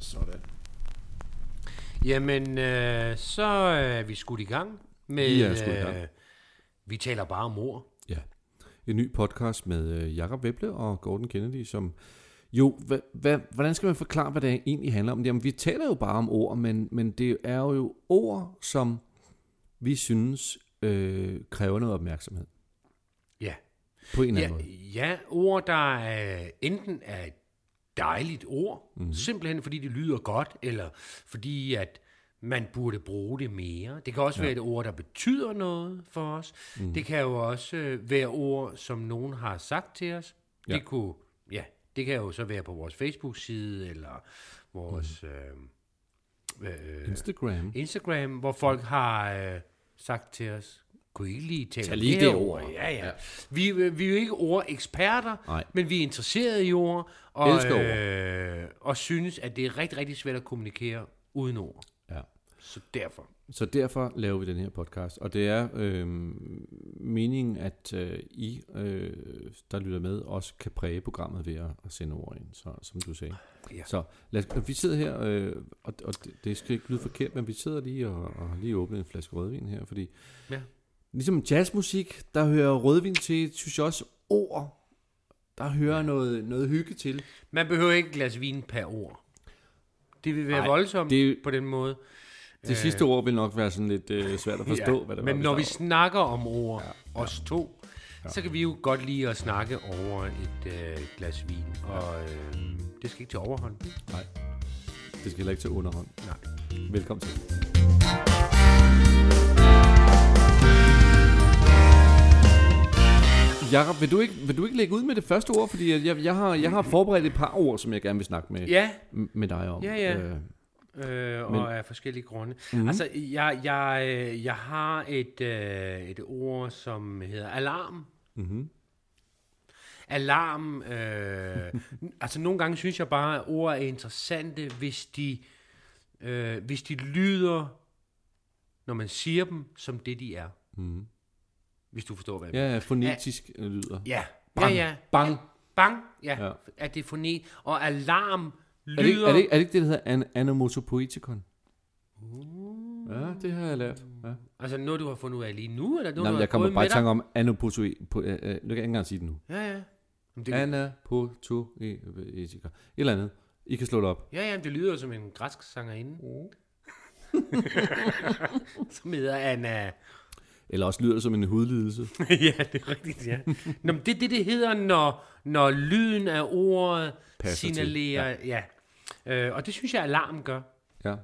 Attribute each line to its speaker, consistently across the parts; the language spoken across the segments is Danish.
Speaker 1: Sådan.
Speaker 2: Jamen, øh, så er vi skudt i gang med...
Speaker 1: Vi er skudt i gang.
Speaker 2: Øh, vi taler bare om mor.
Speaker 1: Ja. En ny podcast med øh, Jakob Weble og Gordon Kennedy, som jo, hva, hva, hvordan skal man forklare, hvad det egentlig handler om? Jamen, vi taler jo bare om ord, men, men det er jo ord, som vi synes øh, kræver noget opmærksomhed.
Speaker 2: Ja.
Speaker 1: På en eller
Speaker 2: Ja,
Speaker 1: anden måde.
Speaker 2: ja, ord, der øh, enten er et dejligt ord,
Speaker 1: Mhm.
Speaker 2: mm-hmm. simpelthen fordi det lyder godt, eller fordi at man burde bruge det mere. Det kan også ja. være et ord, der betyder noget for os.
Speaker 1: Mhm.
Speaker 2: Mm. Det kan jo også øh, være ord, som nogen har sagt til os. Ja.
Speaker 1: Ja.
Speaker 2: Det kunne, ja, det kan jo så være på vores Facebook-side, eller vores...
Speaker 1: Mhm.
Speaker 2: Mm. Øh, øh,
Speaker 1: Instagram.
Speaker 2: Instagram, hvor folk har øh, sagt til os, kunne I ikke lige tale
Speaker 1: Tag
Speaker 2: om
Speaker 1: lige
Speaker 2: her
Speaker 1: det ord."
Speaker 2: Ja, ja.
Speaker 1: Ja.
Speaker 2: Vi, øh, vi er jo ikke ordeksperter,
Speaker 1: Nej.
Speaker 2: men vi er interesserede i ord, og,
Speaker 1: Elsker ord.
Speaker 2: øh, og synes, at det er rigtig, rigtig svært at kommunikere uden ord.
Speaker 1: Ja.
Speaker 2: Så derfor.
Speaker 1: Så derfor laver vi den her podcast, og det er øh, meningen, at øh, I, øh, der lytter med, også kan præge programmet ved at, at sende ord ind, så, som du sagde.
Speaker 2: Ja.
Speaker 1: Så lad os, og vi sidder her, øh, og, og det, det skal ikke lyde forkert, men vi sidder lige og, og har lige åbnet en flaske rødvin her, fordi
Speaker 2: Ja.
Speaker 1: ligesom jazzmusik, der hører rødvin til, synes jeg også, ord, der hører noget, noget hygge til.
Speaker 2: Man behøver ikke et glas vin per ord. Det vil være
Speaker 1: Ej,
Speaker 2: voldsomt
Speaker 1: det-
Speaker 2: på den måde.
Speaker 1: Det sidste ord vil nok være sådan lidt øh, svært at forstå, ja, hvad det var.
Speaker 2: Men når vi snakker om ord, ja. os to, ja. så kan vi jo godt lide at snakke over et øh, glas vin. Og øh, det skal ikke til overhånd.
Speaker 1: Nej, det skal heller ikke til underhånd.
Speaker 2: Nej.
Speaker 1: Velkommen til. Jakob, vil du, ikke, vil du ikke lægge ud med det første ord? Fordi at jeg, jeg, har, jeg har forberedt et par ord, som jeg gerne vil snakke med,
Speaker 2: Ja,
Speaker 1: m- med dig om.
Speaker 2: Ja, ja.
Speaker 1: Øh,
Speaker 2: øh, og af forskellige grunde. Mm-hmm. Altså, jeg, jeg, øh, jeg har et, øh, et ord, som hedder alarm.
Speaker 1: mhm.
Speaker 2: Alarm, øh, n- altså nogle gange synes jeg bare, at ord er interessante, hvis de, øh, hvis de lyder, når man siger dem, som det de er.
Speaker 1: Mhm.
Speaker 2: Hvis du forstår, hvad jeg
Speaker 1: Ja, ja, fonetisk ja. lyder.
Speaker 2: Ja.
Speaker 1: Bang.
Speaker 2: Ja, ja.
Speaker 1: Bang.
Speaker 2: Bang, ja.
Speaker 1: Ja.
Speaker 2: ja. At det er fonet. Og alarm
Speaker 1: Er det, ikke-
Speaker 2: lyder...
Speaker 1: er, det, ikke- er det ikke det, der hedder an, anemotopoetikon? Ja, det har jeg lært. Ja.
Speaker 2: Uh. Altså noget, du har fundet ud af lige nu, eller noget,
Speaker 1: Nej,
Speaker 2: du
Speaker 1: men
Speaker 2: har
Speaker 1: jeg kommer
Speaker 2: gået
Speaker 1: bare
Speaker 2: med
Speaker 1: i
Speaker 2: dig?
Speaker 1: tanke om anopotoe... Po, øh, øh, nu kan jeg ikke engang sige det nu.
Speaker 2: Ja, ja. Jamen, det,
Speaker 1: Anapotoetika. Et eller andet. I kan slå det op.
Speaker 2: ja, ja, men det lyder jo som en græsk sangerinde.
Speaker 1: Uh.
Speaker 2: som hedder Anna...
Speaker 1: Eller også lyder det som en hudlidelse.
Speaker 2: ja, det er rigtigt, ja. Nå, men det er det, det hedder, når, når lyden af ordet
Speaker 1: Passer til,
Speaker 2: signalerer... Ja. ja. Øh, og det synes jeg, alarm gør.
Speaker 1: Ja.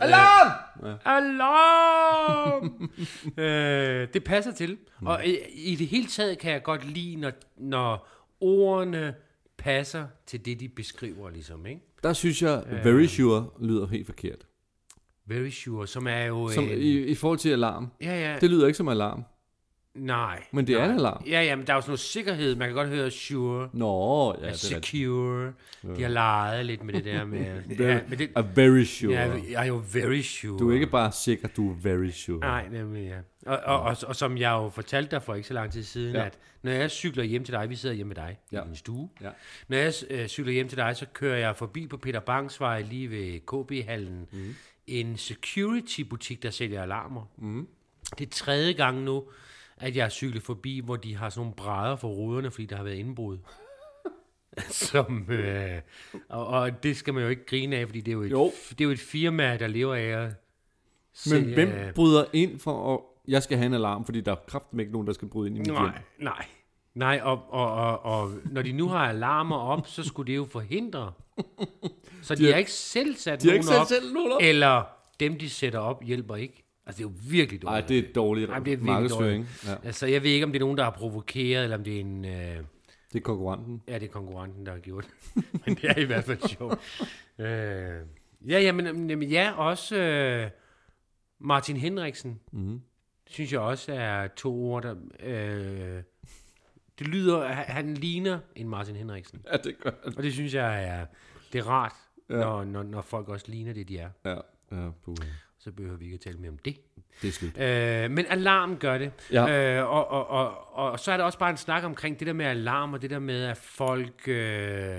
Speaker 2: Alarm!
Speaker 1: Ja.
Speaker 2: Alarm! øh, det passer til. Og i, i det hele taget kan jeg godt lide, når, når ordene passer til det, de beskriver, ligesom, ikke?
Speaker 1: Der synes jeg, very sure lyder helt forkert.
Speaker 2: Very sure, som er jo...
Speaker 1: Som,
Speaker 2: en-
Speaker 1: i, I forhold til alarm.
Speaker 2: ja, ja.
Speaker 1: Det lyder ikke som alarm,
Speaker 2: nej.
Speaker 1: men det er
Speaker 2: nej.
Speaker 1: en alarm.
Speaker 2: Ja, ja, men der er jo sådan noget sikkerhed. Man kan godt høre sure,
Speaker 1: Nå, ja, det er rigtigt.
Speaker 2: secure. De har leget lidt med det der med...
Speaker 1: Very,
Speaker 2: ja, men det,
Speaker 1: A very
Speaker 2: ja,
Speaker 1: sure.
Speaker 2: jeg er jo very sure.
Speaker 1: Du er ikke bare sikker, du er very sure.
Speaker 2: Nej, nemlig ja. Og, og, og, og som jeg jo fortalte dig for ikke så lang tid siden,
Speaker 1: Ja.
Speaker 2: ja. at når jeg cykler hjem til dig, vi sidder hjemme med dig
Speaker 1: Ja.
Speaker 2: ja. i din stue.
Speaker 1: Ja.
Speaker 2: Når jeg øh, cykler hjem til dig, så kører jeg forbi på Peter Bangsvej lige ved KB-hallen. Mm. En security-butik, der sælger alarmer. Mm. Det er tredje gang nu, at jeg har cyklet forbi, hvor de har sådan nogle brædder for ruderne, fordi der har været indbrud. Som, øh, og, og det skal man jo ikke grine af, fordi det er jo et,
Speaker 1: Jo.
Speaker 2: Det er jo et firma, der lever af at
Speaker 1: Men
Speaker 2: sælge- øh,
Speaker 1: hvem bryder ind for at... Jeg skal have en alarm, fordi der er kraften ikke nogen, der skal bryde ind i mit hjem.
Speaker 2: Nej, nej. Nej, og, og, og, og når de nu har alarmer op, så skulle det jo forhindre. Så de,
Speaker 1: har-
Speaker 2: har ikke selv sat
Speaker 1: De har
Speaker 2: nogen
Speaker 1: ikke selv
Speaker 2: op,
Speaker 1: selv nogen op.
Speaker 2: eller dem, de sætter op, hjælper ikke. Altså, det er jo virkelig
Speaker 1: Nej,
Speaker 2: dårligt.
Speaker 1: det er dårligt
Speaker 2: Ej, det er virkelig
Speaker 1: markedsføring. Ja,
Speaker 2: Altså, jeg ved ikke, om det er nogen, der har provokeret, eller om det er en... Øh,
Speaker 1: det er konkurrenten.
Speaker 2: ja, det er konkurrenten, der har gjort det. Men det er i hvert fald sjovt. Øh, ja, ja, men, men ja, også øh, Martin Henriksen,
Speaker 1: Mm-hmm.
Speaker 2: synes jeg også er to ord, der... Øh, det lyder, han- han ligner en Martin Henriksen.
Speaker 1: Ja, det gør
Speaker 2: Og det synes jeg er, det er rart,
Speaker 1: Ja.
Speaker 2: ja. når, når, når folk også ligner det, de er.
Speaker 1: Ja, ja puha.
Speaker 2: Så behøver vi ikke at tale mere om det.
Speaker 1: Det er slut.
Speaker 2: Øh, men alarm gør det.
Speaker 1: Ja.
Speaker 2: Øh, og, og, og, og så er der også bare en snak omkring det der med alarm, og det der med, at folk øh,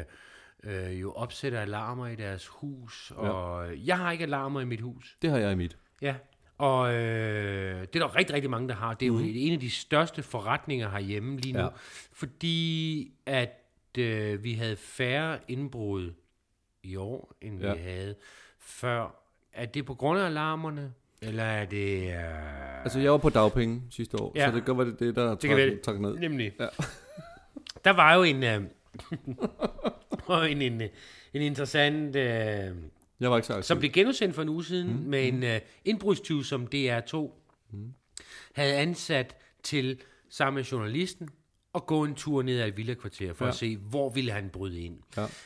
Speaker 2: øh, jo opsætter alarmer i deres hus, og ja. jeg har ikke alarmer i mit hus.
Speaker 1: Det har jeg i mit.
Speaker 2: Ja. Og øh, det er der rigtig, rigtig mange, der har. Det er jo mm. en af de største forretninger herhjemme lige nu.
Speaker 1: Mhm. Ja.
Speaker 2: Ja. Fordi at øh, vi havde færre indbrud i år, end ja.
Speaker 1: Ja.
Speaker 2: vi havde før. Er det på grund af alarmerne? Eller er det... Øh,
Speaker 1: Altså, jeg var på dagpenge sidste år,
Speaker 2: Ja.
Speaker 1: så det kan godt være, det er det, der
Speaker 2: kan være
Speaker 1: trak,
Speaker 2: det.
Speaker 1: trak ned.
Speaker 2: Nemlig.
Speaker 1: Ja.
Speaker 2: Ja. Der var jo en, øh, og en, en, øh, en interessant, øh,
Speaker 1: Jeg var ikke så aktiv.
Speaker 2: som blev genudsendt for en uge siden, mm. med en øh, indbrudstyv, som DR2 mm. havde ansat til sammen med journalisten at gå en tur ned ad et villakvarter for ja.
Speaker 1: Ja.
Speaker 2: at se, hvor ville han bryde ind.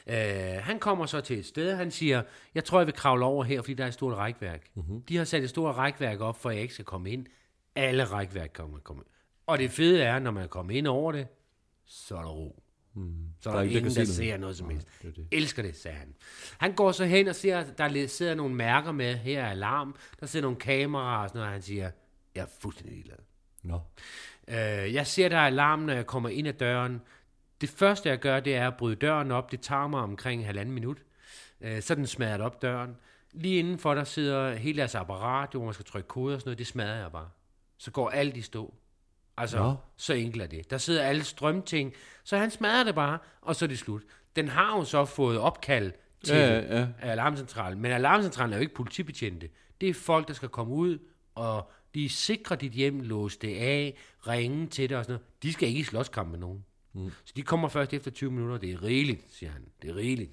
Speaker 1: Ja.
Speaker 2: Øh, han kommer så til et sted, han siger, jeg tror, jeg vil kravle over her, fordi der er et stort rækværk.
Speaker 1: Mhm.
Speaker 2: Mm-hmm. De har sat et stort rækværk op, for at jeg ikke skal komme ind. Alle rækværk kommer komme ind. Og det fede er, når man kommer ind over det, så er der ro. Mm. Så er
Speaker 1: Mhm. Der
Speaker 2: der,
Speaker 1: er
Speaker 2: der
Speaker 1: ikke, der
Speaker 2: ingen,
Speaker 1: kan
Speaker 2: der
Speaker 1: se noget.
Speaker 2: ser noget som helst.
Speaker 1: det er det.
Speaker 2: Elsker det, sagde han. Han går så hen og ser, at der le- sidder nogle mærker med, her er alarm, der sidder nogle kameraer og sådan noget, og han siger, jeg er fuldstændig ligeglad.
Speaker 1: Nå.
Speaker 2: Øh, jeg ser, der er alarm, når jeg kommer ind ad døren. Det første, jeg gør, det er at bryde døren op. Det tager mig omkring halvanden minut. Øh, så den smadret op døren. Lige indenfor, der sidder hele deres apparat, hvor man skal trykke koder og sådan noget. Det smadrer jeg bare. Så går alt i stå. Altså,
Speaker 1: Nå.
Speaker 2: så enkelt er det. Der sidder alle strømting. Så han smadrer det bare, og så er det slut. Den har jo så fået opkald til
Speaker 1: Ja, ja, ja.
Speaker 2: af alarmcentralen. Men alarmcentralen er jo ikke politibetjente. Det er folk, der skal komme ud og de sikrer dit hjem, låse det af, ringe til dig og sådan noget. De skal ikke i slåskamp med nogen. Mm. Så de kommer først efter 20 minutter. Det er rigeligt, siger han. Det er rigeligt.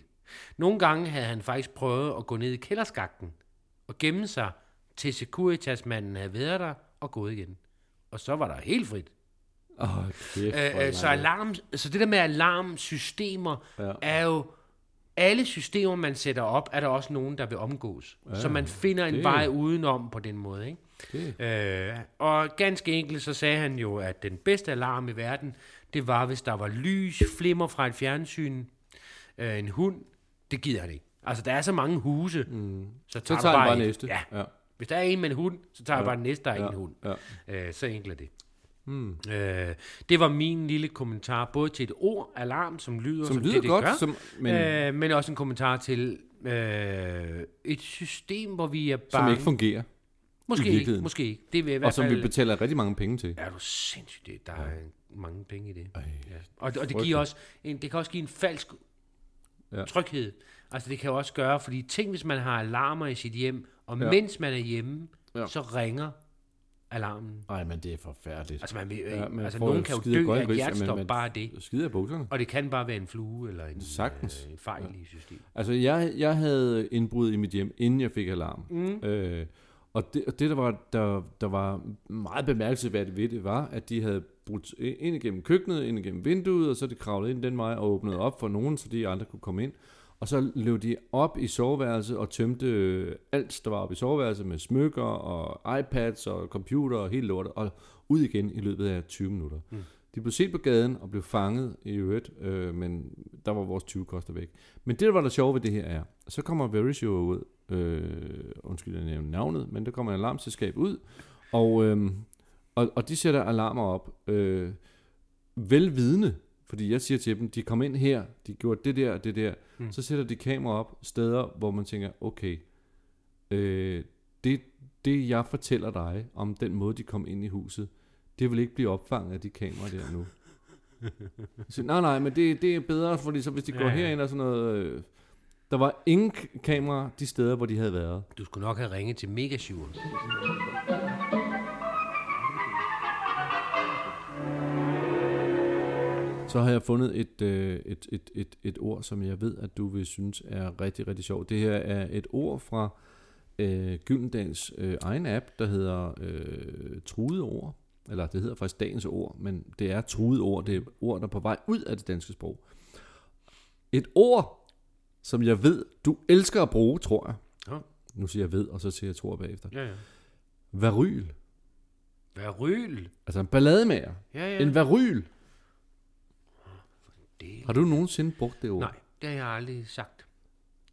Speaker 2: Nogle gange havde han faktisk prøvet at gå ned i kælderskakten og gemme sig, til Securitas-manden havde været der og gået igen. Og så var der helt frit.
Speaker 1: Åh, kæft, hvor
Speaker 2: Øh, øh, så,
Speaker 1: langt.
Speaker 2: alarm, så det der med alarmsystemer
Speaker 1: Ja.
Speaker 2: ja. er jo... Alle systemer, man sætter op, er der også nogen, der vil omgås. Ja, så man finder en
Speaker 1: det-
Speaker 2: det. vej udenom på den måde. Ikke?
Speaker 1: Det-
Speaker 2: Øh, og ganske enkelt, så sagde han jo, at den bedste alarm i verden, det var, hvis der var lys, flimmer fra et fjernsyn, øh, en hund. Det gider han ikke. Altså, der er så mange huse, mm. så
Speaker 1: Så
Speaker 2: tager,
Speaker 1: tager
Speaker 2: du
Speaker 1: jeg bare
Speaker 2: et.
Speaker 1: næste.
Speaker 2: Ja. Hvis der er en med en hund, så tager ja. jeg bare den næste, der er ja.
Speaker 1: ja,
Speaker 2: en hund.
Speaker 1: ja.
Speaker 2: Øh, så enkelt er det. Mm. Øh, det var min lille kommentar, både til et ord, alarm, som lyder, som,
Speaker 1: Som
Speaker 2: som
Speaker 1: lyder
Speaker 2: det, det
Speaker 1: godt,
Speaker 2: gør,
Speaker 1: som, men øh,
Speaker 2: øh, men også en kommentar til øh, et system, hvor vi er
Speaker 1: som
Speaker 2: bange.
Speaker 1: ikke fungerer, i
Speaker 2: måske ikke,
Speaker 1: virkeligheden.
Speaker 2: måske ikke. Det er i
Speaker 1: og
Speaker 2: hvert
Speaker 1: som
Speaker 2: fald...
Speaker 1: vi betaler rigtig mange penge til.
Speaker 2: er du sindssygt det? Der er mange penge i det.
Speaker 1: Ej,
Speaker 2: Ja. Og, og det, giver også en, det kan også give en falsk
Speaker 1: Ja.
Speaker 2: ja. tryghed. Altså det kan jo også gøre, fordi ting, hvis man har alarmer i sit hjem, og
Speaker 1: Ja.
Speaker 2: ja. mens man er hjemme,
Speaker 1: Ja.
Speaker 2: ja. så ringer alarmen.
Speaker 1: Nej, men det er forfærdeligt.
Speaker 2: Altså, man vil,
Speaker 1: Ja,
Speaker 2: ja,
Speaker 1: man
Speaker 2: altså
Speaker 1: får jo
Speaker 2: nogen kan jo
Speaker 1: skide
Speaker 2: dø
Speaker 1: godt
Speaker 2: af
Speaker 1: i
Speaker 2: et
Speaker 1: ris, men
Speaker 2: hjertestop
Speaker 1: man-
Speaker 2: bare af det.
Speaker 1: Skider i bukserne.
Speaker 2: Og det kan bare være en flue eller en,
Speaker 1: Sagtens.
Speaker 2: Øh, en fejl i systemet.
Speaker 1: Altså, jeg, jeg havde indbrud i mit hjem, inden jeg fik alarm. Mm. Øh, og det, og det der, var, der, der var meget bemærkelsesværdigt ved det, var, at de havde brudt ind igennem køkkenet, ind igennem vinduet, og så de kravlede ind den vej og åbnede op for nogen, så de andre kunne komme ind. Og så løb de op i soveværelset og tømte øh, alt, der var oppe i soveværelset med smykker og iPads og computer og hele lortet, og ud igen i løbet af 20 minutter. Mm. De blev set på gaden og blev fanget i øvrigt, øh, men der var vores 20 koster væk. Men det, der var det sjove ved det her, er, så kommer Verisure ud, øh, undskyld, jeg nævner navnet, men der kommer et alarmselskab ud, og, øh, og, og de sætter alarmer op, øh, velvidende, fordi jeg siger til dem, de kom ind her, de gjorde det der og det der, mm. så sætter de kamera op steder, hvor man tænker, okay, øh, det, det jeg fortæller dig om den måde, de kom ind i huset, det vil ikke blive opfanget af de kameraer der nu. Så, nej, nej, men det, det er bedre, fordi så hvis de ja,
Speaker 2: Ja,
Speaker 1: går
Speaker 2: ja.
Speaker 1: herind og sådan noget... Øh, der var ingen k- kameraer de steder, hvor de havde været.
Speaker 2: Du skulle nok have ringet til Megasjuren.
Speaker 1: Så har jeg fundet et, øh, et, et, et, et ord, som jeg ved, at du vil synes er rigtig, rigtig sjovt. Det her er et ord fra øh, Gyldendals øh, egen app, der hedder øh, truede ord. Eller det hedder faktisk dagens ord, men det er truede ord. Det er ord, der er på vej ud af det danske sprog. Et ord, som jeg ved, du elsker at bruge, tror jeg.
Speaker 2: Ja.
Speaker 1: Nu siger jeg ved, og så siger jeg tror bagefter.
Speaker 2: Ja, ja.
Speaker 1: Varyl.
Speaker 2: Hvad ryl?
Speaker 1: Altså en ballademager.
Speaker 2: Ja, ja.
Speaker 1: En varyl.
Speaker 2: Det...
Speaker 1: Har du nogensinde brugt det ord?
Speaker 2: Nej, det har jeg aldrig sagt.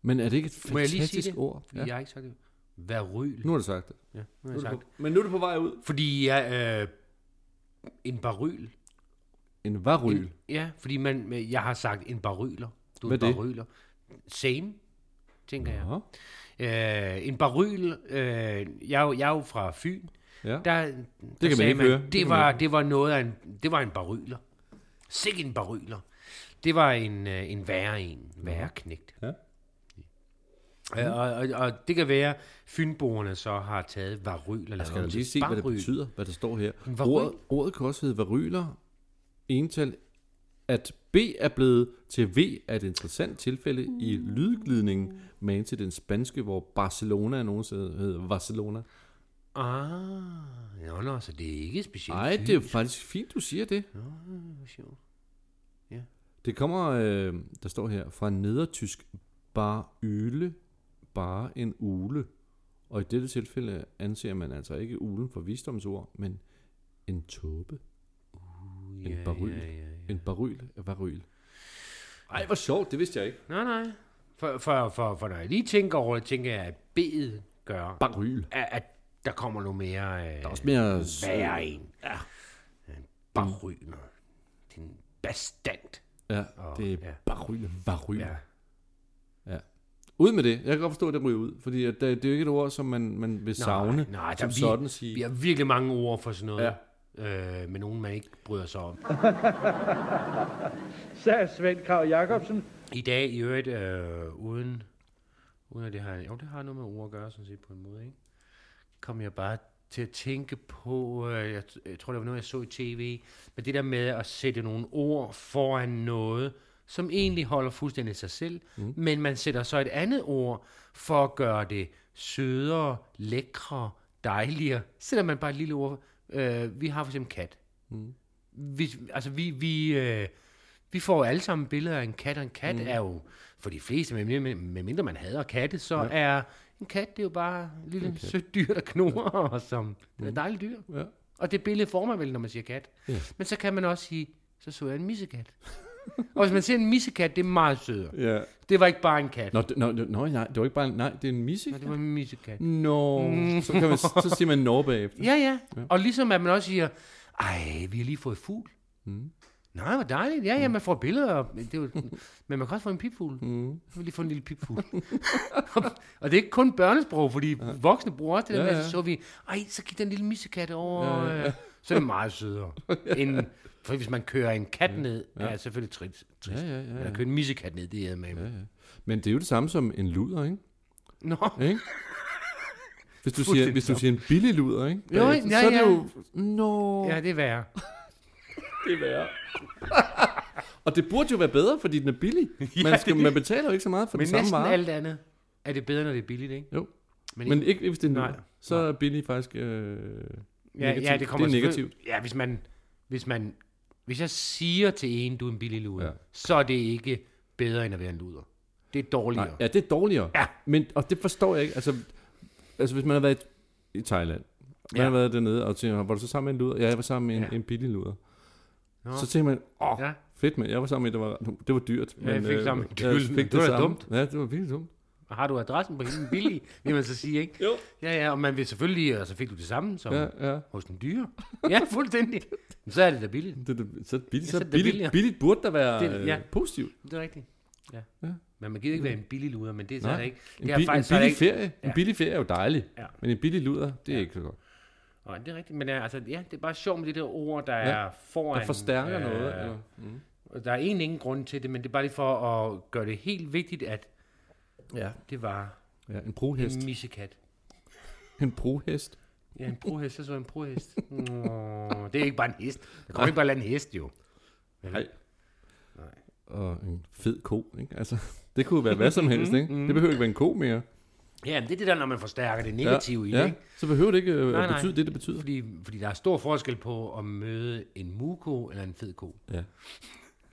Speaker 1: Men er det ikke et fantastisk
Speaker 2: Må jeg lige sige det?
Speaker 1: ord?
Speaker 2: Fordi ja. jeg har ikke sagt det. Hvad ryl?
Speaker 1: Nu har du sagt det.
Speaker 2: Ja, nu har jeg sagt.
Speaker 1: Men nu er du på vej ud.
Speaker 2: Fordi jeg... Øh, en baryl.
Speaker 1: En varyl.
Speaker 2: Ja, fordi man, jeg har sagt en baryler. Du er
Speaker 1: Hvad
Speaker 2: en
Speaker 1: er det?
Speaker 2: baryler. Same, tænker jeg.
Speaker 1: Nå,
Speaker 2: Øh, en baryl, øh, jeg, er jo- jeg er jo fra Fyn,
Speaker 1: ja.
Speaker 2: der, der
Speaker 1: man
Speaker 2: sagde
Speaker 1: ikke høre. Det
Speaker 2: Det,
Speaker 1: kan man
Speaker 2: var, det var noget af en, det var en baryler. Sikke en baryler. Det var en, øh, en værre en, værre knægt.
Speaker 1: Ja.
Speaker 2: Øh, og, og, og, det kan være, Fynboerne så har taget varyl og
Speaker 1: Jeg skal da
Speaker 2: lavet
Speaker 1: lige
Speaker 2: en
Speaker 1: se, hvad det
Speaker 2: baryl.
Speaker 1: betyder, hvad der står her.
Speaker 2: En varyl.
Speaker 1: Ordet, ordet kan også hedde varyler, ental, at B er blevet til V er et interessant tilfælde i lydglidningen, men til den spanske, hvor Barcelona nogensinde hedder Barcelona.
Speaker 2: Ah, nå, nå, så det er ikke specielt.
Speaker 1: Nej, det er jo faktisk fint, du siger det.
Speaker 2: Hvor sjovt.
Speaker 1: Det kommer, øh, der står her, fra nedertysk bare yle, bare en ule. Og i dette tilfælde anser man altså ikke ulen for visdomsord, men en tåbe. En
Speaker 2: Ja,
Speaker 1: baryl.
Speaker 2: ja, ja, ja.
Speaker 1: En baryl er varyl. Ej, hvor sjovt, det vidste jeg ikke.
Speaker 2: Nej, nej. For, for, for, for når jeg lige tænker over det, tænker jeg, at B'et gør,
Speaker 1: Baryl.
Speaker 2: at, at der kommer noget mere... Øh,
Speaker 1: Der er også mere...
Speaker 2: værre en. Ja. En baryner. Det er en bastant.
Speaker 1: Ja,
Speaker 2: Og-
Speaker 1: det
Speaker 2: ja.
Speaker 1: er baryl, varyl.
Speaker 2: Ja.
Speaker 1: Ud med det. Jeg kan godt forstå, at det ryger ud, fordi at øh, det, det er jo ikke et ord, som man, man vil savne.
Speaker 2: nej, der
Speaker 1: som
Speaker 2: er vi-
Speaker 1: sådan sige.
Speaker 2: Vi har virkelig mange ord for sådan noget. Ja. Øh, med nogen, man ikke bryder sig om.
Speaker 3: Sagde Svend Krav Jacobsen,
Speaker 2: I dag i øvrigt, øh, uden, uden at det har, jo, det har noget med ord at gøre, sådan set på en måde, ikke? kom jeg bare til at tænke på, øh, jeg, jeg tror, det var noget, jeg så i tv, men det der med at sætte nogle ord foran noget, som egentlig holder fuldstændig sig selv, mm. men man sætter så et andet ord for at gøre det sødere, lækre, dejligere. Sætter man bare et lille ord. Øh, vi har for eksempel kat. Mm. Vi, altså, vi, vi, øh, vi får jo alle sammen billeder af en kat, og en kat mm. er jo, for de fleste, med, med, med mindre man hader katte, så ja. er en kat, det er jo bare en Mm. lille sødt dyr, der knurrer, og som det er et dejligt dyr.
Speaker 1: Ja.
Speaker 2: Og det billede får man vel, når man siger kat.
Speaker 1: Ja.
Speaker 2: Men så kan man også sige, så så jeg en missekat. og hvis man ser en missekat, det er meget sødere.
Speaker 1: ja.
Speaker 2: Det var ikke bare en kat.
Speaker 1: Nå, det- nå, nå, nå, nej, det var ikke bare en, nej, det er en misse.
Speaker 2: Nå, det var en missekat.
Speaker 1: Nå, så, kan man, så siger man nå bagefter.
Speaker 2: Mm. Ja, ja, ja. Og ligesom at man også siger, ej, vi har lige fået fugl. Mm. Nej, hvor dejligt. Ja, ja, man får billeder. og Det er jo, men man kan også få en pipfugl. Mm. Jeg har lige fået en lille pipfugl. og det er ikke kun børnesprog, fordi voksne bruger også det der
Speaker 1: Ja,
Speaker 2: med,
Speaker 1: ja.
Speaker 2: at så så vi, ej, så gik den lille missekat over. Ja, ja. Så er det meget sødere. end, for hvis man kører en kat ned, ja. er det selvfølgelig trist. trist.
Speaker 1: Ja, ja, ja,
Speaker 2: Men
Speaker 1: ja.
Speaker 2: at køre en missekat ned, det er med. Ja.
Speaker 1: Men det er jo det samme som en luder, ikke?
Speaker 2: Nå,
Speaker 1: ikke? Hvis du, siger,
Speaker 2: Fuldstændig
Speaker 1: hvis du siger en billig luder, ikke?
Speaker 2: Jo,
Speaker 1: Bagefter,
Speaker 2: ja,
Speaker 1: så er det
Speaker 2: ja.
Speaker 1: jo... Nå,
Speaker 2: ja, det er værre.
Speaker 1: det er værre. Og det burde jo være bedre, fordi den er billig. Man, skal, man betaler jo ikke så meget for
Speaker 2: Men
Speaker 1: den samme
Speaker 2: næsten
Speaker 1: vare.
Speaker 2: alt andet er det bedre, når det er billigt, ikke?
Speaker 1: Jo.
Speaker 2: Men,
Speaker 1: Men ikke hvis det er en
Speaker 2: Nej,
Speaker 1: luder. Så er billig faktisk... Øh,
Speaker 2: Ja, ja, det kommer
Speaker 1: det
Speaker 2: selvfølgelig-
Speaker 1: er negativt.
Speaker 2: Ja, hvis man, hvis man, hvis jeg siger til en, du er en billig luder,
Speaker 1: Ja.
Speaker 2: ja. så er det ikke bedre end at være en luder. Det er dårligere.
Speaker 1: Nej, ja, det er dårligere.
Speaker 2: Ja.
Speaker 1: Men, og det forstår jeg ikke. Altså, altså hvis man har været i Thailand, man
Speaker 2: Ja.
Speaker 1: har været dernede, og tænker, var du så sammen med en luder? Ja, jeg var sammen med en,
Speaker 2: Ja.
Speaker 1: en billig luder.
Speaker 2: Nå.
Speaker 1: Så tænker man, åh,
Speaker 2: Ja.
Speaker 1: Fedt, men jeg var sammen med, det var, det var dyrt. øh,
Speaker 2: Ja, jeg fik sammen med
Speaker 1: jeg
Speaker 2: dyrt,
Speaker 1: fik
Speaker 2: men det var da
Speaker 1: samme.
Speaker 2: dumt.
Speaker 1: Ja, det var virkelig dumt.
Speaker 2: Og har du adressen på hende billig, vil man så sige, ikke?
Speaker 1: Jo.
Speaker 2: Ja, ja, og man vil selvfølgelig, og så fik du det samme som ja.
Speaker 1: Ja, ja.
Speaker 2: hos den dyre. Ja, fuldstændig. Men så er det da billigt.
Speaker 1: Det, det, så billigt,
Speaker 2: så er
Speaker 1: så
Speaker 2: det da
Speaker 1: billigt,
Speaker 2: billigere.
Speaker 1: billigt burde der være
Speaker 2: Det-
Speaker 1: det, ja.
Speaker 2: ja.
Speaker 1: øh, positivt.
Speaker 2: Det er rigtigt. Ja.
Speaker 1: Ja.
Speaker 2: ja. Men man gider ikke være en billig luder, men det er så
Speaker 1: Nej.
Speaker 2: er det ikke.
Speaker 1: En,
Speaker 2: Det er
Speaker 1: bi- en
Speaker 2: så er det
Speaker 1: billig
Speaker 2: ikke-
Speaker 1: ferie, en
Speaker 2: Ja.
Speaker 1: billig ferie er jo dejlig,
Speaker 2: Ja.
Speaker 1: men en billig luder, det er ikke så godt.
Speaker 2: Og det er rigtigt, men ja, altså, ja, det er bare sjovt med det der ord, der
Speaker 1: Ja.
Speaker 2: ja. er foran.
Speaker 1: Der forstærker
Speaker 2: øh,
Speaker 1: noget. Eller? Mm.
Speaker 2: Og Der er egentlig ingen grund til det, men det er bare lige for at gøre det helt vigtigt, at
Speaker 1: Ja.
Speaker 2: det var
Speaker 1: ja, en brohest.
Speaker 2: en missekat.
Speaker 1: En brohest.
Speaker 2: Ja, en brohest, så så en brohest. Nå, det er ikke bare en hest. Der kommer ikke bare en hest, jo.
Speaker 1: Nej. Og en fed ko, ikke? Altså, det kunne være hvad som helst,
Speaker 2: Mm-hmm.
Speaker 1: ikke? Det behøver ikke være en ko mere.
Speaker 2: Ja, men det er det der, når man forstærker det negative ja. i det, ikke?
Speaker 1: Så behøver det ikke øh,
Speaker 2: Nej,
Speaker 1: at
Speaker 2: nej.
Speaker 1: betyde det, det betyder.
Speaker 2: Fordi, fordi der er stor forskel på at møde en muko eller en fed ko.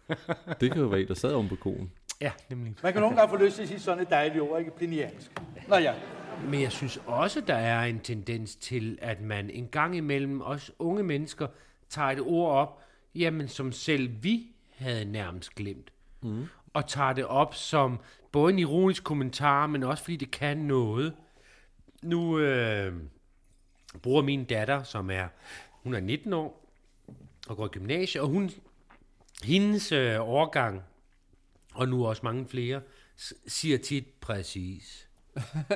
Speaker 1: Ja. Det kan jo være, en, der sad om på koen.
Speaker 2: Ja, nemlig.
Speaker 3: man kan nogle gange få lyst til at sige sådan et dejligt ord, ikke pliniansk. Nå ja,
Speaker 2: Men jeg synes også, der er en tendens til, at man en gang imellem, også unge mennesker, tager et ord op, jamen som selv vi havde nærmest glemt. Mm. Og tager det op som både en ironisk kommentar, men også fordi det kan noget. Nu øh, bruger min datter, som er, hun er 19 år, og går i gymnasiet, og hun, hendes øh, årgang og nu også mange flere, s- siger tit præcis.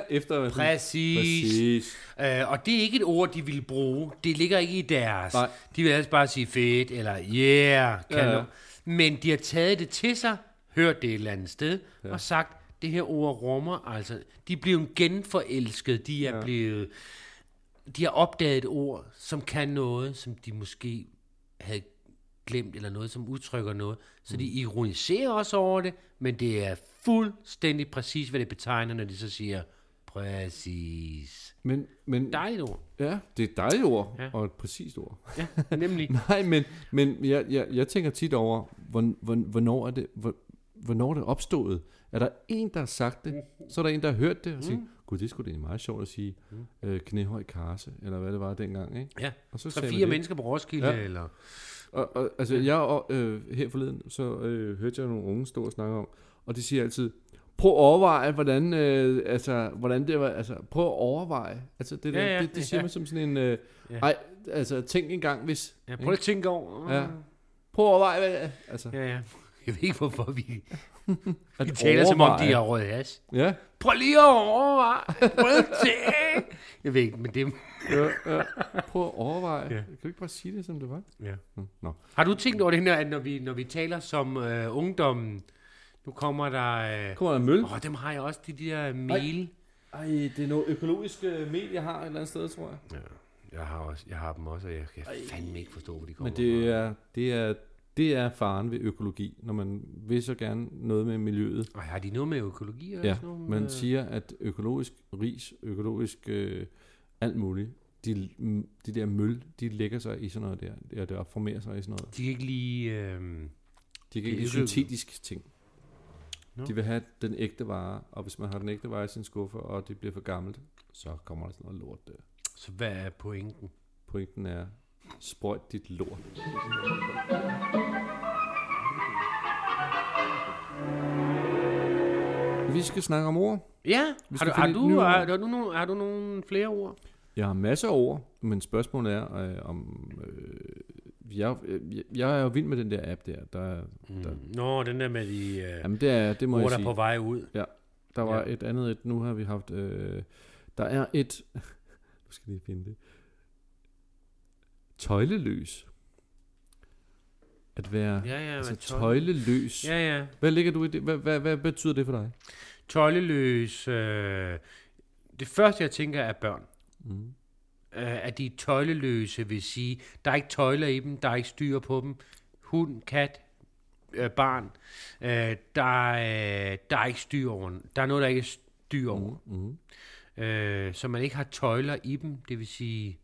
Speaker 1: Efter...
Speaker 2: Præcis.
Speaker 1: Præcis.
Speaker 2: Øh, og det er ikke et ord, de vil bruge. Det ligger ikke i deres.
Speaker 1: Nej.
Speaker 2: De vil altså bare sige fedt, eller yeah, kan
Speaker 1: Ja, ja.
Speaker 2: ja. Men de har taget det til sig, hørt det et eller andet sted, ja. og sagt, det her ord rummer altså. De er blevet genforelsket. De er ja. blevet... De har opdaget et ord, som kan noget, som de måske havde glemt, eller noget, som udtrykker noget. Så mm. de ironiserer også over det, men det er fuldstændig præcis, hvad det betegner, når de så siger, præcis.
Speaker 1: Men, men
Speaker 2: Dejligt ord.
Speaker 1: ja, det er et dejligt ord, ja.
Speaker 2: Ja.
Speaker 1: og et præcist ord.
Speaker 2: Ja, nemlig.
Speaker 1: Nej, men, men jeg, jeg, jeg tænker tit over, hvorn- hvorn- hvornår er det, hvor- hvornår er det opstået? Er der en, der har sagt det, så er der en, der har hørt det, og
Speaker 2: Mm.
Speaker 1: siger, gud, det skulle da egentlig meget sjovt at sige, øh, knæhøj karse, eller hvad det var dengang, ikke?
Speaker 2: Ja.
Speaker 1: Og så
Speaker 2: Så
Speaker 1: sagde man
Speaker 2: fire
Speaker 1: det.
Speaker 2: mennesker på Roskilde,
Speaker 1: Ja.
Speaker 2: ja. eller...
Speaker 1: Og, og altså, jeg og, øh, her forleden, så øh, hørte jeg nogle unge stå og snakke om, og de siger altid, prøv at overveje, hvordan, øh, altså, hvordan det var, altså, prøv at overveje. Altså, det, der,
Speaker 2: Ja,
Speaker 1: ja,
Speaker 2: ja,
Speaker 1: ja, det, det siger
Speaker 2: ja.
Speaker 1: man som sådan en, øh,
Speaker 2: Ja.
Speaker 1: ej, altså, tænk engang, hvis,
Speaker 2: Ja, prøv at tænke over.
Speaker 1: Ja. prøv at overveje, hvad, altså,
Speaker 2: ja, ja. Jeg ved ikke, hvorfor vi,
Speaker 1: at
Speaker 2: vi taler, som om de
Speaker 1: overveje.
Speaker 2: har rød has.
Speaker 1: Ja,
Speaker 2: Prøv lige at overveje. Prøv at tænke. Jeg ved ikke, men det...
Speaker 1: ja, ja. Prøv at overveje.
Speaker 2: Ja.
Speaker 1: Ja. Kan du ikke bare sige det, som det var?
Speaker 2: Ja.
Speaker 1: Mm, Nå.
Speaker 2: Har du tænkt over det her, at når vi, når vi taler som øh, ungdommen, nu kommer der... Øh,
Speaker 1: Kommer der en møl?
Speaker 2: Åh, dem har jeg også, de der mail.
Speaker 1: Ej, det er noget økologisk øh, mel, jeg har et eller andet sted, tror jeg.
Speaker 2: Ja, jeg har, også, jeg har dem også, og jeg kan fandme ikke forstå, hvor de kommer
Speaker 1: Men det er, det er, det er faren ved økologi, når man vil så gerne noget med miljøet.
Speaker 2: fra. Ej, har de noget med økologi? og
Speaker 1: Ja,
Speaker 2: sådan noget?
Speaker 1: man
Speaker 2: Øh,
Speaker 1: siger, at økologisk ris, økologisk øh, alt muligt, de, mm, de der møl, de lægger sig i sådan noget der, der, der formerer sig i sådan noget.
Speaker 2: De kan ikke lige... Øh,
Speaker 1: De kan
Speaker 2: Det er
Speaker 1: ikke lide
Speaker 2: ikke-
Speaker 1: syntetiske ting.
Speaker 2: Nå.
Speaker 1: De vil have den ægte vare, og hvis man har den ægte vare i sin skuffe, og det bliver for gammelt, så kommer der sådan noget lort der.
Speaker 2: så hvad er pointen?
Speaker 1: Pointen er, sprøjt dit lort. Vi skal snakke om ord.
Speaker 2: Ja, har
Speaker 1: Vi skal
Speaker 2: du, har,
Speaker 1: finde
Speaker 2: du,
Speaker 1: nye ord.
Speaker 2: har, har, du nogle, har du nogle flere ord?
Speaker 1: Jeg har masser af ord, men spørgsmålet er, øh, om... Øh, jeg, øh, jeg- jeg er jo vild med den der app der. der
Speaker 2: Mm. Nå, den der med de øh,
Speaker 1: jamen, det, er, det må
Speaker 2: ord,
Speaker 1: jeg
Speaker 2: der
Speaker 1: sige.
Speaker 2: er på vej ud.
Speaker 1: Ja, der var ja. et andet et. Nu har vi haft... Øh, der er et... Nu skal jeg lige finde det. Tøjleløs. At være
Speaker 2: Ja, ja,
Speaker 1: altså,
Speaker 2: altså, tøj.
Speaker 1: tøjleløs. Ja.
Speaker 2: Ja, ja.
Speaker 1: Hvad ligger du i det? Hvad, hvad, hvad betyder det for dig?
Speaker 2: Tøjleløs. Øh, det første, jeg tænker, er børn.
Speaker 1: Mm.
Speaker 2: Øh, at de er tøjleløse vil sige, der er ikke tøjler i dem, der er ikke styr på dem. Hund, kat, øh, barn. Øh, der, øh, der er ikke styr over. Der er noget, der ikke er styr over.
Speaker 1: Mm.
Speaker 2: øh, så man ikke har tøjler i dem. Det vil sige,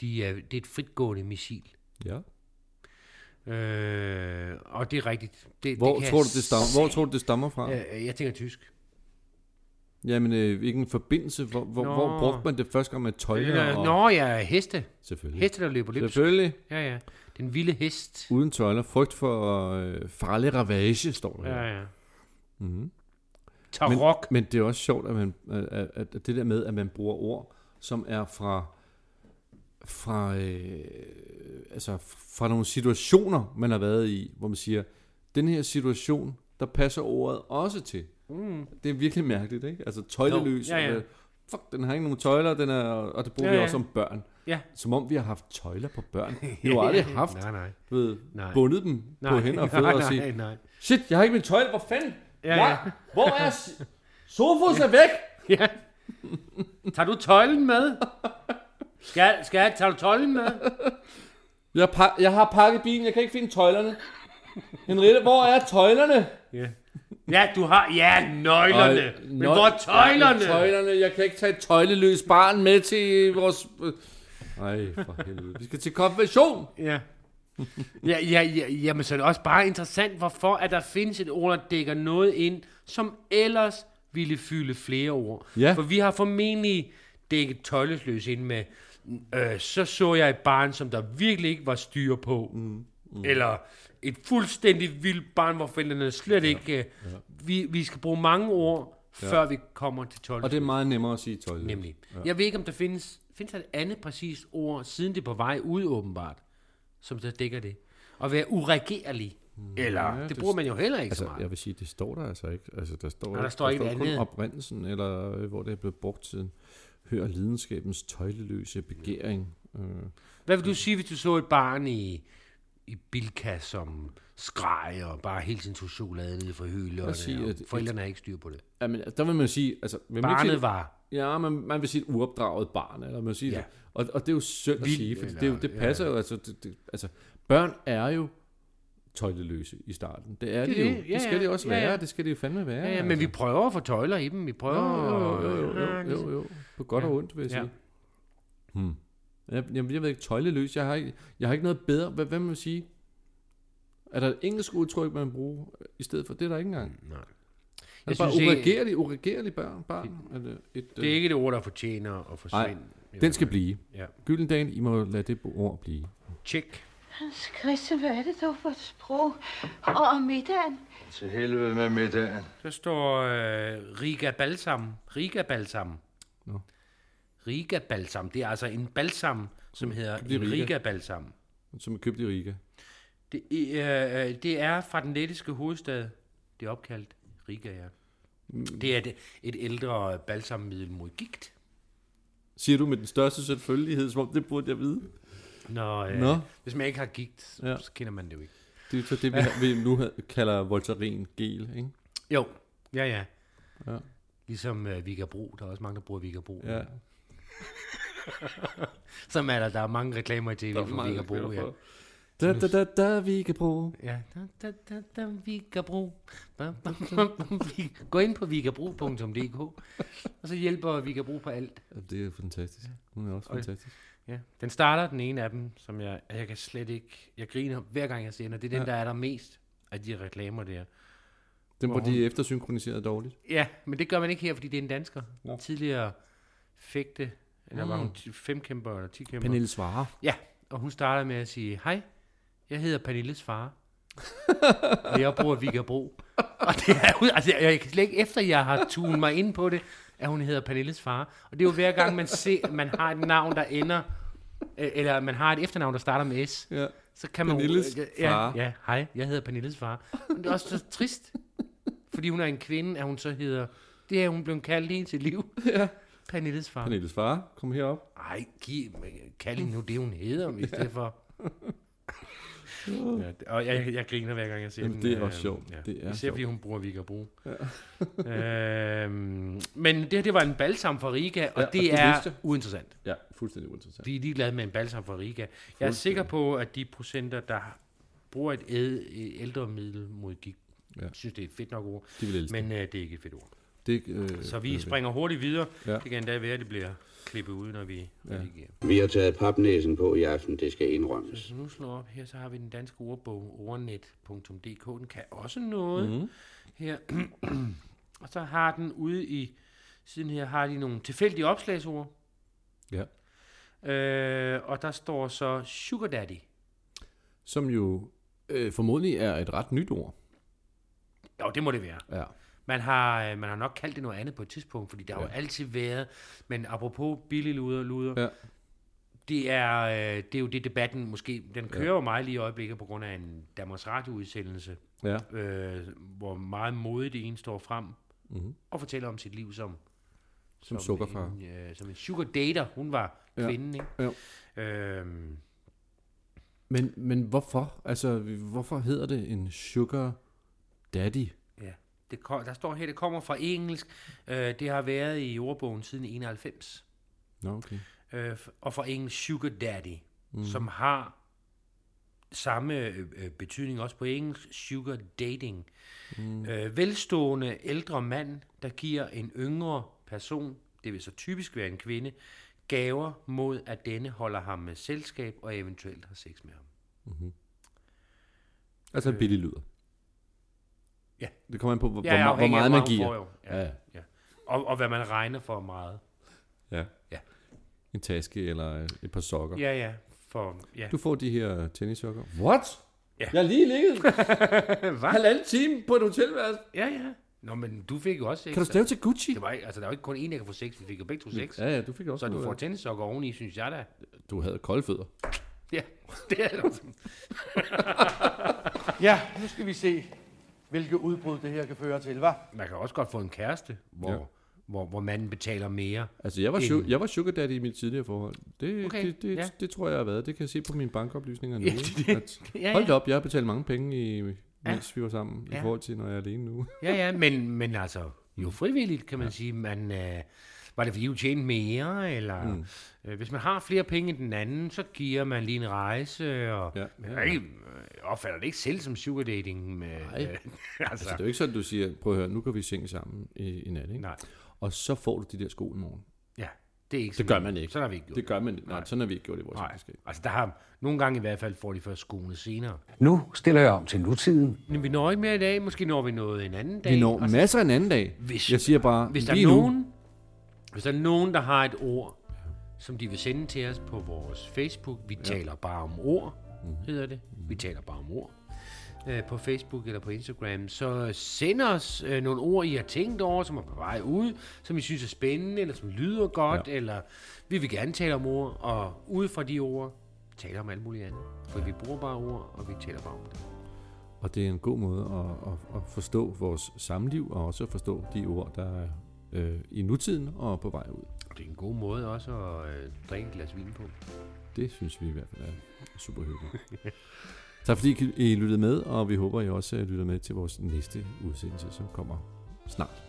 Speaker 2: de er, det er et fritgående missil.
Speaker 1: Ja.
Speaker 2: Øh, og det er rigtigt. Det,
Speaker 1: Hvor,
Speaker 2: det kan
Speaker 1: tror
Speaker 2: jeg
Speaker 1: du, det stammer, hvor tror du, det stammer fra? Ja.
Speaker 2: Øh, jeg tænker tysk.
Speaker 1: Jamen, øh, ikke en forbindelse. Hvor, hvor,
Speaker 2: Nå.
Speaker 1: hvor brugte man det første gang med tøjler?
Speaker 2: Øh,
Speaker 1: og,
Speaker 2: Nå ja, heste.
Speaker 1: Selvfølgelig.
Speaker 2: Heste, der løber løbsk.
Speaker 1: Selvfølgelig.
Speaker 2: Ja, ja. Den vilde hest.
Speaker 1: Uden tøjler. Frygt for øh, farlig ravage, står der. her.
Speaker 2: Ja, ja.
Speaker 1: Mhm.
Speaker 2: Tarok.
Speaker 1: Men det er også sjovt, at, man, at, at- at det der med, at man bruger ord, som er fra fra øh, altså fra nogle situationer, man har været i, hvor man siger, den her situation, der passer ordet også til.
Speaker 2: Mm.
Speaker 1: Det er virkelig mærkeligt, ikke? Altså tøjleløs.
Speaker 2: Jo, ja, ja.
Speaker 1: og, Fuck, den har ikke nogen tøjler, den er, og det bruger ja,
Speaker 2: Ja,
Speaker 1: vi
Speaker 2: ja.
Speaker 1: også om børn.
Speaker 2: Ja.
Speaker 1: Som om vi har haft tøjler på børn. Vi har jo aldrig haft,
Speaker 2: Mm. Nej, nej.
Speaker 1: du ved,
Speaker 2: Nej.
Speaker 1: bundet dem på hænder og fødder
Speaker 2: nej,
Speaker 1: og sige,
Speaker 2: nej, nej.
Speaker 1: Shit, jeg har ikke min tøjle. Hvor fanden?
Speaker 2: Ja,
Speaker 1: Hvor-
Speaker 2: ja.
Speaker 1: Hvor er... s- Sofus er væk!
Speaker 2: Ja. Tager du tøjlen med? Skal, skal jeg tage tøjlen med?
Speaker 1: Jeg, pa- jeg har pakket bilen. Jeg kan ikke finde tøjlerne. Henriette, hvor er tøjlerne?
Speaker 2: Ja. Ja, du har... Ja, nøglerne.
Speaker 1: Øj,
Speaker 2: Men
Speaker 1: nøg-
Speaker 2: hvor er tøjlerne?
Speaker 1: Ja, Tøjlerne. Jeg kan ikke tage et tøjleløs barn med til vores... Nej, for helvede. Vi skal til konfirmation.
Speaker 2: Ja. ja, ja, ja, jamen så er det også bare interessant, hvorfor at der findes et ord, der dækker noget ind, som ellers ville fylde flere ord.
Speaker 1: Ja.
Speaker 2: For vi har formentlig dækket tøjlesløs ind med, øh, så så jeg et barn, som der virkelig ikke var styr på. Mm. Mm. Eller et fuldstændig vildt barn, hvor forældrene slet ja. ikke... Øh, ja. vi, vi skal bruge mange ord, ja. før vi kommer til tolv.
Speaker 1: Og det er meget nemmere at sige tøjleløs.
Speaker 2: Nemlig. Ja. Jeg ved ikke, om der findes, findes der et andet præcist ord, siden det er på vej ud åbenbart, som så dækker det. At være uregerlig. Eller,
Speaker 1: Ja,
Speaker 2: ja, det
Speaker 1: det
Speaker 2: bruger man jo heller ikke så
Speaker 1: Altså,
Speaker 2: meget.
Speaker 1: jeg vil sige, det står der altså ikke. Altså, der står,
Speaker 2: Nej, der står ikke et
Speaker 1: kun
Speaker 2: andet.
Speaker 1: oprindelsen, eller øh, hvor det er blevet brugt siden. Hør lidenskabens tøjleløse begæring. Øh,
Speaker 2: Hvad vil du sige, hvis du så et barn i, i Bilka, som skreg og bare hele tiden tog chokolade ned fra hylderne,
Speaker 1: Lad os sige,
Speaker 2: og
Speaker 1: at-
Speaker 2: forældrene har ikke styr på det.
Speaker 1: jamen, der vil man sige... Altså, vil man ikke sige-
Speaker 2: Barnet var...
Speaker 1: Ja, man, man vil sige et uopdraget barn, eller man vil sige
Speaker 2: Ja.
Speaker 1: ja. det. Og, og det er jo synd at
Speaker 2: Vildt,
Speaker 1: sige, for det, er
Speaker 2: eller-
Speaker 1: jo- det
Speaker 2: ja.
Speaker 1: passer ja. jo, altså, det, det, altså, børn er jo tøjleløse i starten. Det er
Speaker 2: Det
Speaker 1: det,
Speaker 2: er
Speaker 1: de jo.
Speaker 2: det. Ja,
Speaker 1: det skal de
Speaker 2: ja.
Speaker 1: også
Speaker 2: Ja, ja.
Speaker 1: være, det skal de jo fandme være.
Speaker 2: Ja, ja, men
Speaker 1: altså.
Speaker 2: vi prøver at få tøjler i dem, vi
Speaker 1: Jo,
Speaker 2: prøver...
Speaker 1: jo, jo, jo,
Speaker 2: Ja,
Speaker 1: jo,
Speaker 2: ligesom-
Speaker 1: jo, jo. På godt
Speaker 2: Ja.
Speaker 1: og ondt, vil jeg
Speaker 2: Ja.
Speaker 1: sige. Hmm. Jeg, jeg, jeg ved ikke, tøjleløs, jeg har ikke, jeg har ikke noget bedre. Hvad, hvad må man sige? Er der et engelsk udtryk, man bruger øh, i stedet for? Det er der ikke engang. Er
Speaker 2: Nej.
Speaker 1: det
Speaker 2: Jeg
Speaker 1: bare
Speaker 2: synes ikke-
Speaker 1: uregerlige, uregerlige børn? barn? Er det et,
Speaker 2: Det er ikke et ord, der fortjener at forsvinde.
Speaker 1: Den skal blive.
Speaker 2: Ja.
Speaker 1: Gyldendal, I må lade det ord blive.
Speaker 2: Tjek.
Speaker 4: Hans Christian, hvad er det dog for et sprog? Og om middagen?
Speaker 3: Til helvede med middagen.
Speaker 2: Der står øh, Riga Balsam. Riga Balsam.
Speaker 1: Nå.
Speaker 2: Riga Balsam. Det er altså en balsam, som hedder
Speaker 1: Det er Riga.
Speaker 2: Riga Balsam.
Speaker 1: Som er købt i Riga.
Speaker 2: Det, er, øh, det er fra den lettiske hovedstad. Det er opkaldt Riga, ja. Det er et, et ældre balsammiddel mod gigt.
Speaker 1: Siger du med den største selvfølgelighed, som om det burde jeg vide.
Speaker 2: Nå, øh,
Speaker 1: Nå.
Speaker 2: Hvis man ikke har gigt, så, ja.
Speaker 1: Ja.
Speaker 2: så kender man det jo ikke.
Speaker 1: Det er så det, vi, vi nu kalder Voltaren gel, ikke?
Speaker 2: Jo, ja, ja.
Speaker 1: Ja.
Speaker 2: Ligesom øh, Vigabro. Der er også mange, der bruger Vigabro.
Speaker 1: Ja.
Speaker 2: Som er der, der er mange reklamer i tv for Vigabro, ja.
Speaker 1: Da, da, da, da, vi kan bruge.
Speaker 2: Ja, da, da, da, da, Vigabro. Bam, bam, bam, bam, Vi- Gå ind på vigabro.dk, og så hjælper Vigabro på alt.
Speaker 1: Det er fantastisk. Hun er også
Speaker 2: Okay.
Speaker 1: fantastisk.
Speaker 2: Ja. Den starter, den ene af dem, som jeg, jeg kan slet ikke... Jeg griner hver gang, jeg ser den, og det er den, ja.
Speaker 1: Ja.
Speaker 2: der er der mest af de reklamer der.
Speaker 1: Den
Speaker 2: Hvor
Speaker 1: var de eftersynkroniseret dårligt.
Speaker 2: Ja, men det gør man ikke her, fordi det er en dansker. Ja.
Speaker 1: Nå.
Speaker 2: Tidligere fægte, eller mm. var hun ti- femkæmper eller tikæmper?
Speaker 1: Pernille svarer.
Speaker 2: Ja, og hun starter med at sige, hej, jeg hedder Pernilles far. og jeg bor i Vikerbro. Og det er ud, altså jeg kan slet ikke efter, jeg har tunet mig ind på det, at hun hedder Pernilles far. Og det er jo hver gang, man ser, man har et navn, der ender, øh, eller man har et efternavn, der starter med S,
Speaker 1: Ja.
Speaker 2: så kan man...
Speaker 1: Pernilles
Speaker 2: ja,
Speaker 1: far.
Speaker 2: ja, hej, jeg hedder Pernilles far. Men det er også så trist, fordi hun er en kvinde, at hun så hedder... Det er hun blevet kaldt hele sit liv. Ja. Pernilles far.
Speaker 1: Pernilles far, kom herop.
Speaker 2: Ej, giv, kald hende nu det, hun hedder, i stedet for... ja, det- og jeg, jeg griner hver gang, jeg ser
Speaker 1: Jamen,
Speaker 2: den.
Speaker 1: det er
Speaker 2: øh,
Speaker 1: også sjovt. Det
Speaker 2: Især
Speaker 1: er sjovt.
Speaker 2: fordi hun bruger Vikerbro. Ja. øhm, men det her, det var en balsam fra Riga, og ja,
Speaker 1: Ja,
Speaker 2: det,
Speaker 1: og
Speaker 2: det
Speaker 1: det
Speaker 2: er
Speaker 1: vidste jeg.
Speaker 2: uinteressant.
Speaker 1: Ja, fuldstændig uinteressant.
Speaker 2: De er ligeglade med en balsam fra Riga. Jeg er sikker på, at de procenter, der bruger et, æd, et ældre middel mod gik, ja.
Speaker 1: Ja.
Speaker 2: synes, det er et fedt nok ord,
Speaker 1: De vil elske
Speaker 2: men øh, det er ikke et fedt ord.
Speaker 1: det. Øh,
Speaker 2: Så vi springer hurtigt videre. Ja.
Speaker 1: Ja.
Speaker 2: Det kan endda være, at det bliver klippet ud, når vi ja.
Speaker 5: Vi har taget papnæsen på i aften, det skal indrømmes.
Speaker 2: Hvis vi nu slår op her, så har vi den danske ordbog, ordnet.dk. Den kan også noget
Speaker 1: Mhm.
Speaker 2: mm. her. og så har den ude i siden her, har de nogle tilfældige opslagsord.
Speaker 1: Ja.
Speaker 2: Øh, og der står så sugar daddy.
Speaker 1: Som jo øh, formodentlig er et ret nyt ord.
Speaker 2: Jo, det må det være.
Speaker 1: Ja.
Speaker 2: Man har, øh, man har nok kaldt det noget andet på et tidspunkt, fordi der ja. har jo
Speaker 1: Ja.
Speaker 2: altid været, men apropos billig luder, luder
Speaker 1: Ja.
Speaker 2: det, er, øh, det er jo det debatten måske, den kører ja. jo meget lige i øjeblikket på grund af en Danmarks Radio-udsendelse,
Speaker 1: Ja.
Speaker 2: øh, hvor meget modigt en står frem
Speaker 1: Mm-hmm.
Speaker 2: og fortæller om sit liv som
Speaker 1: Som sukkerfar.
Speaker 2: En, øh, som en sugar dater. Hun var
Speaker 1: Ja.
Speaker 2: kvinden, ikke?
Speaker 1: Jo.
Speaker 2: Øhm,
Speaker 1: Men, men hvorfor? Altså, hvorfor hedder det en sugar daddy?
Speaker 2: ja. Det kom, der står her, det kommer fra engelsk. Øh, det har været i ordbogen siden 91.
Speaker 1: Nå, okay.
Speaker 2: Øh, f- og fra engelsk sugar daddy, mm. som har samme øh, øh, betydning også på engelsk, sugar dating. Mm. Øh, velstående ældre mand, der giver en yngre person, det vil så typisk være en kvinde, gaver mod, at denne holder ham med selskab og eventuelt har sex med ham.
Speaker 1: Altså en billig lyder.
Speaker 2: Ja.
Speaker 1: Det kommer an på, hvor,
Speaker 2: Ja,
Speaker 1: hvor, hvor
Speaker 2: afhængig af,
Speaker 1: meget man
Speaker 2: hun
Speaker 1: giver.
Speaker 2: får jo. Ja, ja.
Speaker 1: Ja.
Speaker 2: ja. Og, og hvad man regner for meget.
Speaker 1: Ja.
Speaker 2: Ja.
Speaker 1: En taske eller øh, et par sokker.
Speaker 2: Ja, ja. For, ja.
Speaker 1: Du får de her tennissokker. What?
Speaker 2: Ja.
Speaker 1: Jeg har lige ligget
Speaker 2: Hvad?
Speaker 1: halvanden time på et hotelværelse.
Speaker 2: Ja, ja. Nå, men du fik jo også sex.
Speaker 1: Kan du stave til Gucci?
Speaker 2: Det var ikke, altså, der er jo ikke kun én, der kan få sex. Vi fik jo begge to sex.
Speaker 1: Ja, ja, du fik også
Speaker 2: Så du
Speaker 1: noget.
Speaker 2: får tennissokker oveni, synes jeg da.
Speaker 1: Du havde kolde fødder.
Speaker 2: Ja, det er det.
Speaker 3: Ja, nu skal vi se, hvilke udbrud det her kan føre til, hva'?
Speaker 2: Man kan også godt få en kæreste, hvor,
Speaker 1: Ja.
Speaker 2: ja. hvor, hvor manden betaler mere.
Speaker 1: Altså, jeg var, su- jeg var sugar daddy i mit tidligere forhold. Det, okay,
Speaker 2: Okay,
Speaker 1: det, det, ja.
Speaker 2: ja.
Speaker 1: det tror jeg, jeg har været. Det kan jeg se på mine bankoplysninger nu.
Speaker 2: Ja,
Speaker 1: ikke?
Speaker 2: det-
Speaker 1: at,
Speaker 2: ja, ja.
Speaker 1: Hold da op, jeg har betalt mange penge, i, mens
Speaker 2: Ja.
Speaker 1: vi var sammen, i
Speaker 2: Ja.
Speaker 1: forhold til, når jeg er alene nu.
Speaker 2: Ja, ja, men, men altså, jo frivilligt, kan man ja. sige. Man, øh, var det fordi, du tjente mere, eller... Mm. Øh, hvis man har flere penge end den anden, så giver man lige en rejse, og...
Speaker 1: Ja,
Speaker 2: Ja,
Speaker 1: ja,
Speaker 2: ja,
Speaker 1: ja.
Speaker 2: Ikke, øh, opfatter det ikke selv som sugar dating. Med,
Speaker 1: Nej.
Speaker 2: altså,
Speaker 1: Altså, det er jo ikke sådan, du siger, prøv at høre, nu kan vi i seng sammen i, i nat, ikke?
Speaker 2: nej.
Speaker 1: Og så får du de der sko i morgen.
Speaker 2: Ja, det er ikke
Speaker 1: Det
Speaker 2: sådan,
Speaker 1: gør man ikke.
Speaker 2: Sådan har vi ikke gjort.
Speaker 1: Det gør man ikke. Nej, sådan har vi ikke gjort i vores
Speaker 2: Nej,
Speaker 1: ægteskab.
Speaker 2: altså der har nogle gange i hvert fald får de først skoene senere.
Speaker 6: Nu stiller jeg om til nutiden.
Speaker 2: Men vi når ikke mere i dag, måske når vi noget en anden dag.
Speaker 1: Vi når
Speaker 2: Altså,
Speaker 1: masser en anden dag.
Speaker 2: Hvis-
Speaker 1: jeg siger bare,
Speaker 2: hvis der
Speaker 1: lige
Speaker 2: er
Speaker 1: nu,
Speaker 2: nogen, hvis der er nogen, der har et ord, som de vil sende til os på vores Facebook, vi ja. Mhm. taler bare om ord, hedder det. Vi taler bare om ord øh, på Facebook eller på Instagram, så send os øh, nogle ord, I har tænkt over, som er på vej ud, som I synes er spændende, eller som lyder godt, ja. eller vi vil gerne tale om ord, og ud fra de ord, taler om alt muligt andet. For vi bruger bare ord, og vi taler bare om det.
Speaker 1: og det er en god måde at, at, at forstå vores samliv, og også at forstå de ord, der er øh, i nutiden og på vej ud.
Speaker 2: Og det er en god måde også at øh, drikke et glas vin på.
Speaker 1: Det synes vi i hvert fald er super hyggeligt. tak fordi I lyttede med, og vi håber, I også lytter med til vores næste udsendelse, som kommer snart.